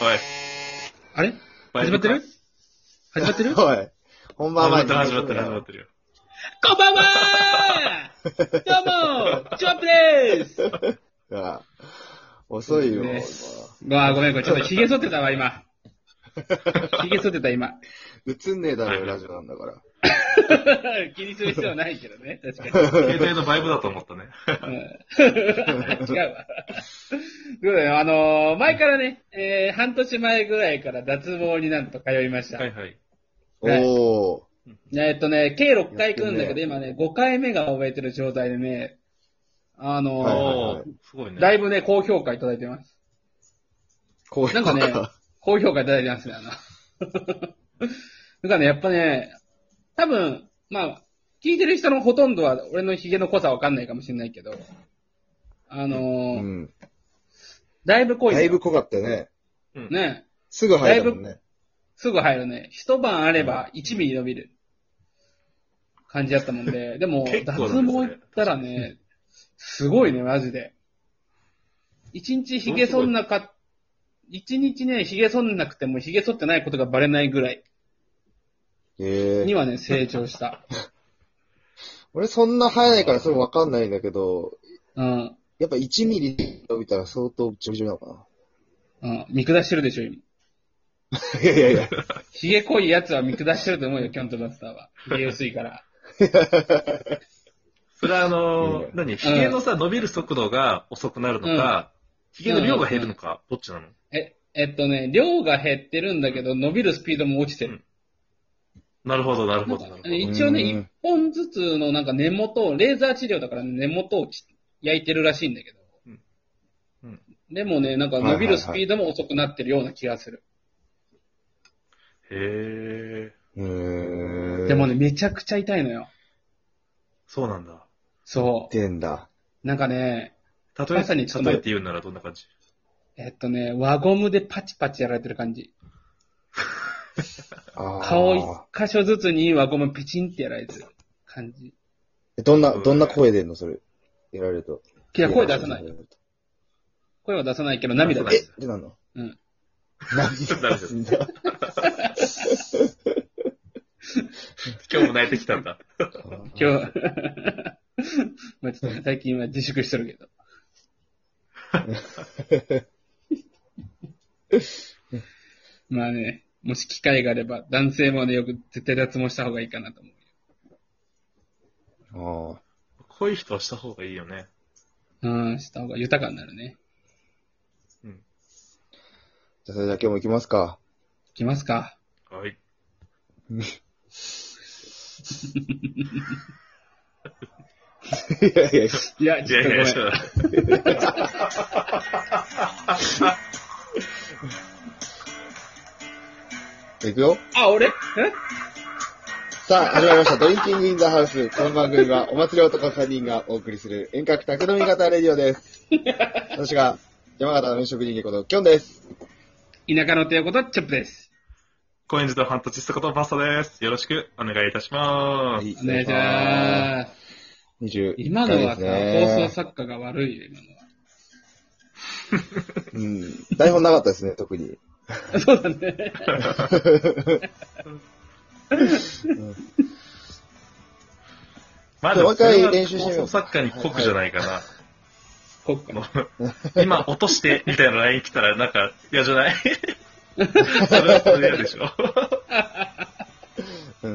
おい。あれ始まってる始まってる こ おい。本番始ま前ってにる、始まってる、始まってるよ。んばんは どうもチョップですあ遅いよ。ねわあ、ごめん、これちょっと髭剃ってたわ、 今。髭剃ってた、今。映んねえだろ、ラジオなんだから。 気にする必要はないけどね、 確かに。携帯のバイブだと思ったね。違うわ。そうだよ、あのー前からね、えー半年前ぐらいから脱毛になんと通いました。はいはい。ねおー。えっとね、計6回来るんだけど、や今ね、5回目が終えてる状態でね、あのーはいはいおー、すごいね。だいぶね、高評価いただいてます。こういうなんかねあ、高評価いただいてますね、あの。 なんかね、やっぱね、多分、まあ、聞いてる人のほとんどは俺のヒゲの濃さわかんないかもしれないけど、あのーうん。だいぶ濃いだねいぶ濃かったね。うん、ね、すぐ入るもんね。すぐ入るね。一晩あれば1ミリ伸びる感じだったもん で、でも、結構脱だね毛行ったらね、すごいね、マジで。一日髭剃んなか、一日ね、髭剃んなくても髭剃ってないことがバレないぐらいえにえ。はね、成長した。俺そんな生えないからそれわかんないんだけど、うん。やっぱ1ミリ伸びたら相当ちょびちょびなのかうん。見下してるでしょ、今。な。いやいやいや。髭濃いやつは見下してると思うよ、キャントバスターは。髭薄いから。それはあのーうん何ヒゲのさ、伸びる速度が遅くなるのか、ヒゲの量が減るのか、どっちなのえ、えっとね、量が減ってるんだけど、伸びるスピードも落ちてる。なるほど、なるなほんど、かなるほど。一応ね、うん一本ずつのなんか根元を、レーザー治療だからね、根元をき焼いてるらしいんだけど。うんうんでもね、なんか伸びるスピードも遅くなってるような気がする。へえ、うーん。でもね、めちゃくちゃ痛いのよ。そうなんだ。そ出んだ。う。なんかね、例え、まさにちょっと例えて言うならどんな感じえっとね、輪ゴムでパチパチやられてる感じ。あー顔一箇所ずつに輪ゴムピチンってやられてる感じ。どんな、どんな声出んのそれ。やられると。いや、声出さない。。声は出さないけど涙出出さないる。えってなんのうん。涙出す んだ。今日も泣いてきたんだ。 今日、 まあちょっと最近は自粛してるけ ど。まあね、もし機会があれば、男性もね、よく絶対脱毛した方がいいかなと思う。ああ。こういう人はした方がいいよね。うん、した方が豊かになるね。うん。じゃあそれじゃあ今日も行きますか。 いきますか。はい。いやいやいや。いや、いちょやっいとごやめいん。やちょっ行くよ。とあ、俺えさあ、始まりました。ドリンキングインザハウス。この番組はお祭り男3人がお送りする遠隔宅飲み型レディオです。私が山形の飲食人間ことキョンです。田舎の手ことチョップです。高円寺のファンタジスタことパスタです。よろしくお願いいたします。いお願いします。す。21今のはさ、放送ね。作家が悪いよ、今のは。うん。台本なかったですね、特に。 そうだね。まもう一回練習し放てみよ送う作家に酷じゃないかな。国家の。今落としてみたいなライン来たらなんか嫌じゃないそれはそれで嫌でしょ。う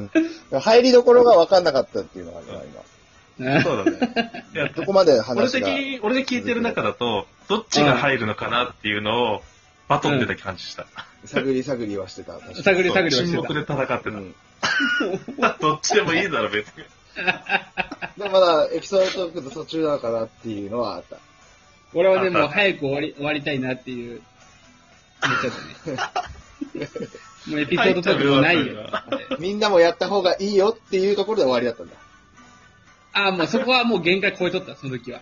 ん。入りどころが分かんなかったっていうのがあるな、今。そうだね。いや、どこまで俺話的が。に、俺で聞いてる中だと、どっちが入るのかなっていうのを、バトンでた感じした。探り探りはしてた。確かに探り探りは沈してた黙。で戦ってうん。た。どっちでもいいだろ、別に。でもまだエピソードトークの途中なのかなっていうのはあった。俺はね、もう早く終わり、終わりたいなって いう、言っちゃったね。もうエピソードトークもないよ。みんなもやった方がいいよっていうところで終わりだったんああ、もうそこはもう限界超えとった、その時は。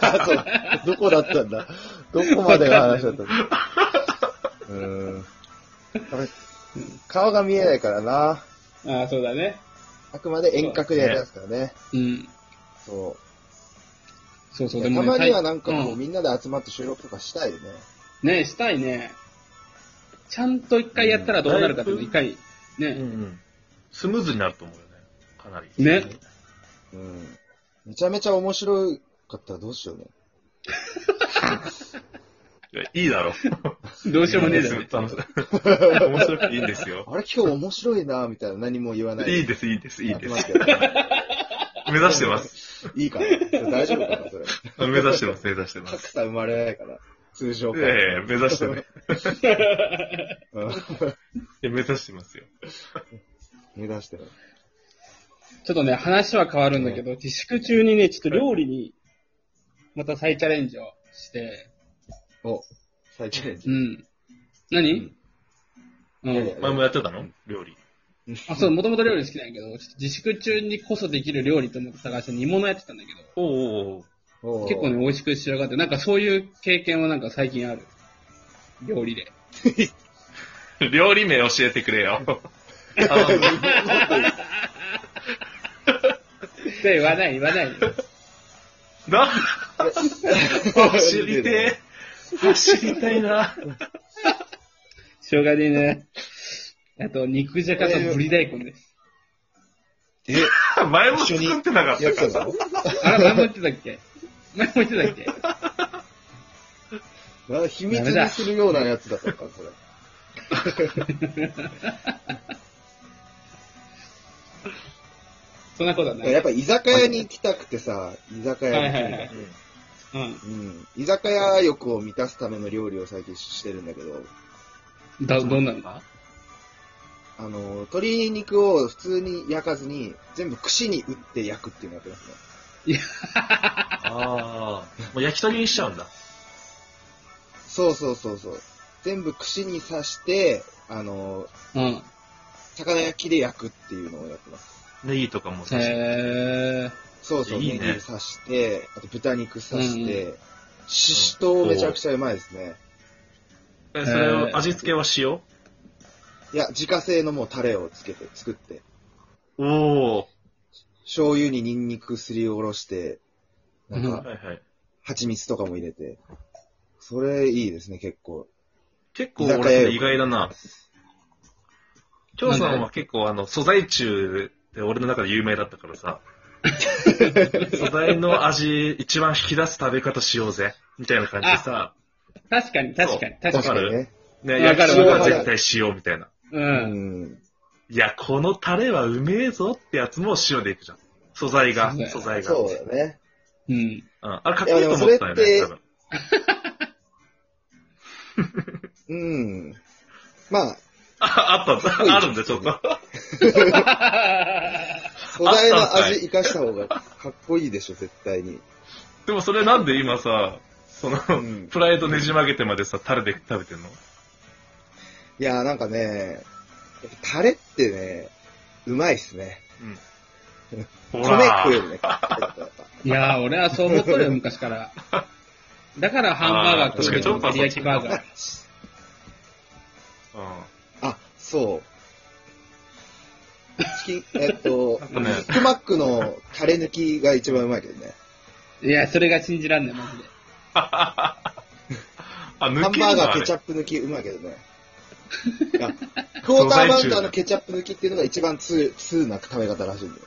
だ。そうどこだったんだどこまでが話だったんだうーん。俺顔が見えないからな。ああ、そうだね。あくまで遠隔でやりますからね。うん。そ。そうそうう、たでもね、まにはなんかうこう、んみんなで集まって収録とかしたいよね。ねしたいね。ちゃんと一回やったらどうなるかっていうのを一回、うね、んスムーズになると思うよね。かなり。ねうん。うん。めちゃめちゃ面白かったらどうしようね。いやいいだろう。どうしようもねえだろいい。ですよ面白くていいんですよ。あれ今日面白いなみたいな何も言わない。いいです、いいです、いいで集まっす。てやる目指してます。いいかな。それ大丈夫かなそれ。目指してます、目指してま格す。差生まれないから。通常え会え目指してね。 うんいや目指してますよ。目指してる。ちょっとね、話は変わるんだけど、自粛中にね、ちょっと料理に、また再チャレンジをして、お、再チャレンジう。ん。何ういやいやん。前もやってたの料理。あ、そう、もともと料理好きなんやけど、ちょっと自粛中にこそできる料理と思って探して煮物やってたんだけど、おおおおー結構ね、。美味しく仕上がって、なんかそういう経験はなんか最近ある。料理で。ー料理名教えてくれよ。で、言わない、言わない。 な、知 走りてえ。走りたい な。生姜でね。あと、肉じゃがとぶり大根です。え、前も作ってなかっやったてかたのあれ、前も言ってたっけ前も言ってたっけなんか秘密にするようなやつだったのか、それ。そんなことはない。やっぱ居酒屋に行きたくてさ、居酒屋に行くんだはいはいはいうん。うん。居酒屋欲を満たすための料理を最近してるんだけど、だ、どんなのあの、鶏肉を普通に焼かずに、全部串に打って焼くっていうのやってますね。ああ。もう焼き鳥にしちゃうんだ。そうそうそうそう。全部串に刺して、あの、うん。魚焼きで焼くっていうのをやってます。ネギとかも刺して。へそうそう、いいねネギ刺して、あと豚肉刺して、ししとうめちゃくちゃうまいですね。えそれを味付けは塩いや、自家製のもうタレをつけて、作って。おお。醤油にニンニクすりおろして、なんうんか、はいはい。蜂蜜とかも入れて。それいいですね、結構。結構俺それ意外だな。京さんなんは結構あの、素材中で俺の中で有名だったからさ。素材の味一番引き出す食べ方しようぜ。みたいな感じでさ。ー確かに、確かに、確かかるね。ね、わ焼かきそるばは絶対塩みたいな。に。う。うんん。いや、このタレはうめえぞってやつも塩でいくじゃん。素材がそうだ、よ素材が。そうだね。うん。 うん。あれかっこいいと思ってたよいね、やでも多それ分。うん。まあ、あ、あったんだ。あるんだ、ちょっと。素材あっのたんかい味生かした方がかっこいいでしょ、絶対に。でもそれなんで今さ、その、うんプライドねじ曲げてまでさ、タレで食べてんのいやーなんかね、やっぱタレってね、うまいっすね。ほ米食うよらりね、かっこいいやっぱいやー、俺はそう思っとるよ、昔から。だからハンバーガーあ食うー確かにチョのッパー照り焼きバーガー。あ、そう。チキン、えっと、ビうん。ね、ッグマックのタレ抜きが一番うまいけどね。いや、それが信じらんねん、マジで。あ、ハ抜ンけバーるガのーあケチれ。ャップ抜きうまいけどね。いやクォーターバウンダーのケチャップ抜きっていうのが一番通、通な食べ方らしいんだよ。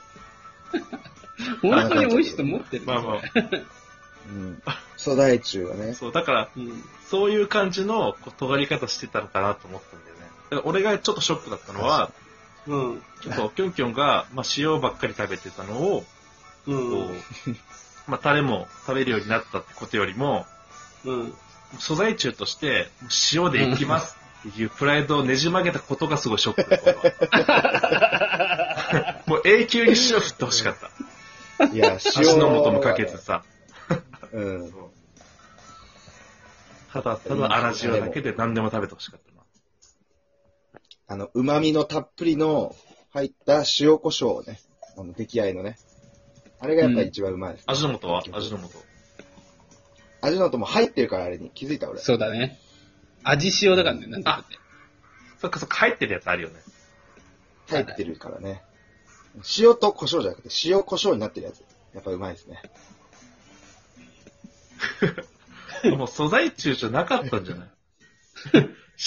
本当に美味しいと思ってる。まあまあ。うん。粗大中はね。そう、だから、うん。そういう感じの、こう、尖り方してたのかなと思ったんだよね。だから俺がちょっとショックだったのは、うん。ちょっと、キョンキョンが、まあ、塩ばっかり食べてたのを、うこん。う、まあ、タレも食べるようになったってことよりも、うん。素材中として、塩でいきますっていうプライドをねじ曲げたことがすごいショックだった 俺はもう永久に塩振ってほしかった。いや、足の素もかけてさ。うん。ただ、ただ粗塩だけで何でも食べてほしかったな。あの、旨味のたっぷりの入った塩胡椒をね、あの、出来合いのね。あれがやっぱ一番うまいです、味の素は味の素。味の素も入ってるからあれに気づいた俺。そうだね。味塩だからね、なんて言ったって。そっかそっか、入ってるやつある よね。入ってるからね。塩と胡椒じゃなくて、塩胡椒になってるやつ。やっぱうまいですね。 もう素材中じゃなかったんじゃない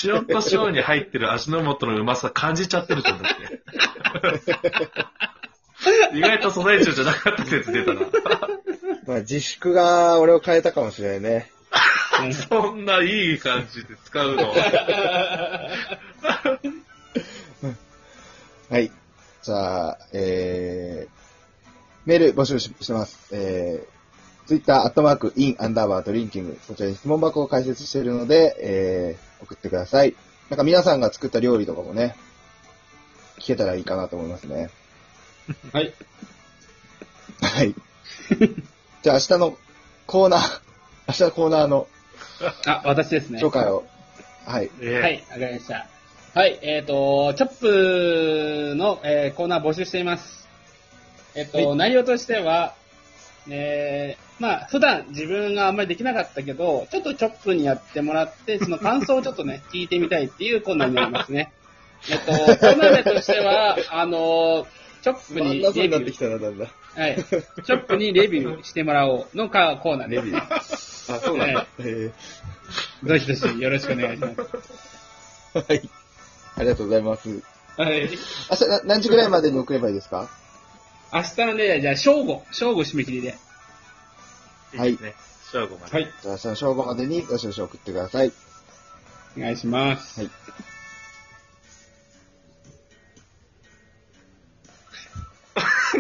塩コショウに入ってる味の素のうまさ感じちゃってると思 うんだって。意外と素材中じゃなかった説出たな。 まあ、自粛が俺を変えたかもしれないね。そんないい感じで使うの。はい。じゃあ、えー、メール募集ししてます。えー、ツイッター、アットマーク、イン、アンダーバー、ドリンキング。こちらに質問箱を開設しているので、えー、送ってください。なんか皆さんが作った料理とかもね、聞けたらいいかなと思いますね。はい。はい。じゃあ明日のコーナー、 明日のコーナーのあ、私ですね。紹介を。はい。ええはい、わかりました。はい、えっ、と、チョップの、えーコーナー募集しています。えっ、と、は内容としては、えー、まあ、普段自分があんまりできなかったけど、ちょっとチョップにやってもらって、その感想をちょっと ね、聞いてみたいっていうコーナーになりますね。えっと、コーナー名としては、あの、チョップにレビュー、たな、だんだん。はい、チョップにレビューしてもらおうのかコーナーでレすビュー。 あ、そうなんだ。えどしどしよろしくお願いします。ー、はい。ありがとうございます。はい。明日な何時ぐらいまでに送ればいいですか明日のね、じゃあ正午、正午締め切りで。はいいいですね。正午まで。はい。じゃあ明日の正午までにどしどし送ってください。お願いします。はい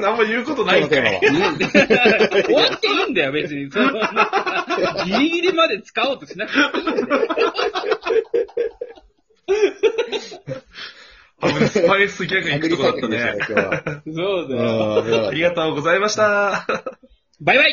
何も言うことないんかい。 今日のテーマは終わっていいんだよ、別に。そのギリギリまで使おうとしなくていいんだよ。あのスパイスギャグ行くとこだったアグリサイクルでしたね今日はね。そうだよ。あーありがとうございました。バイバイ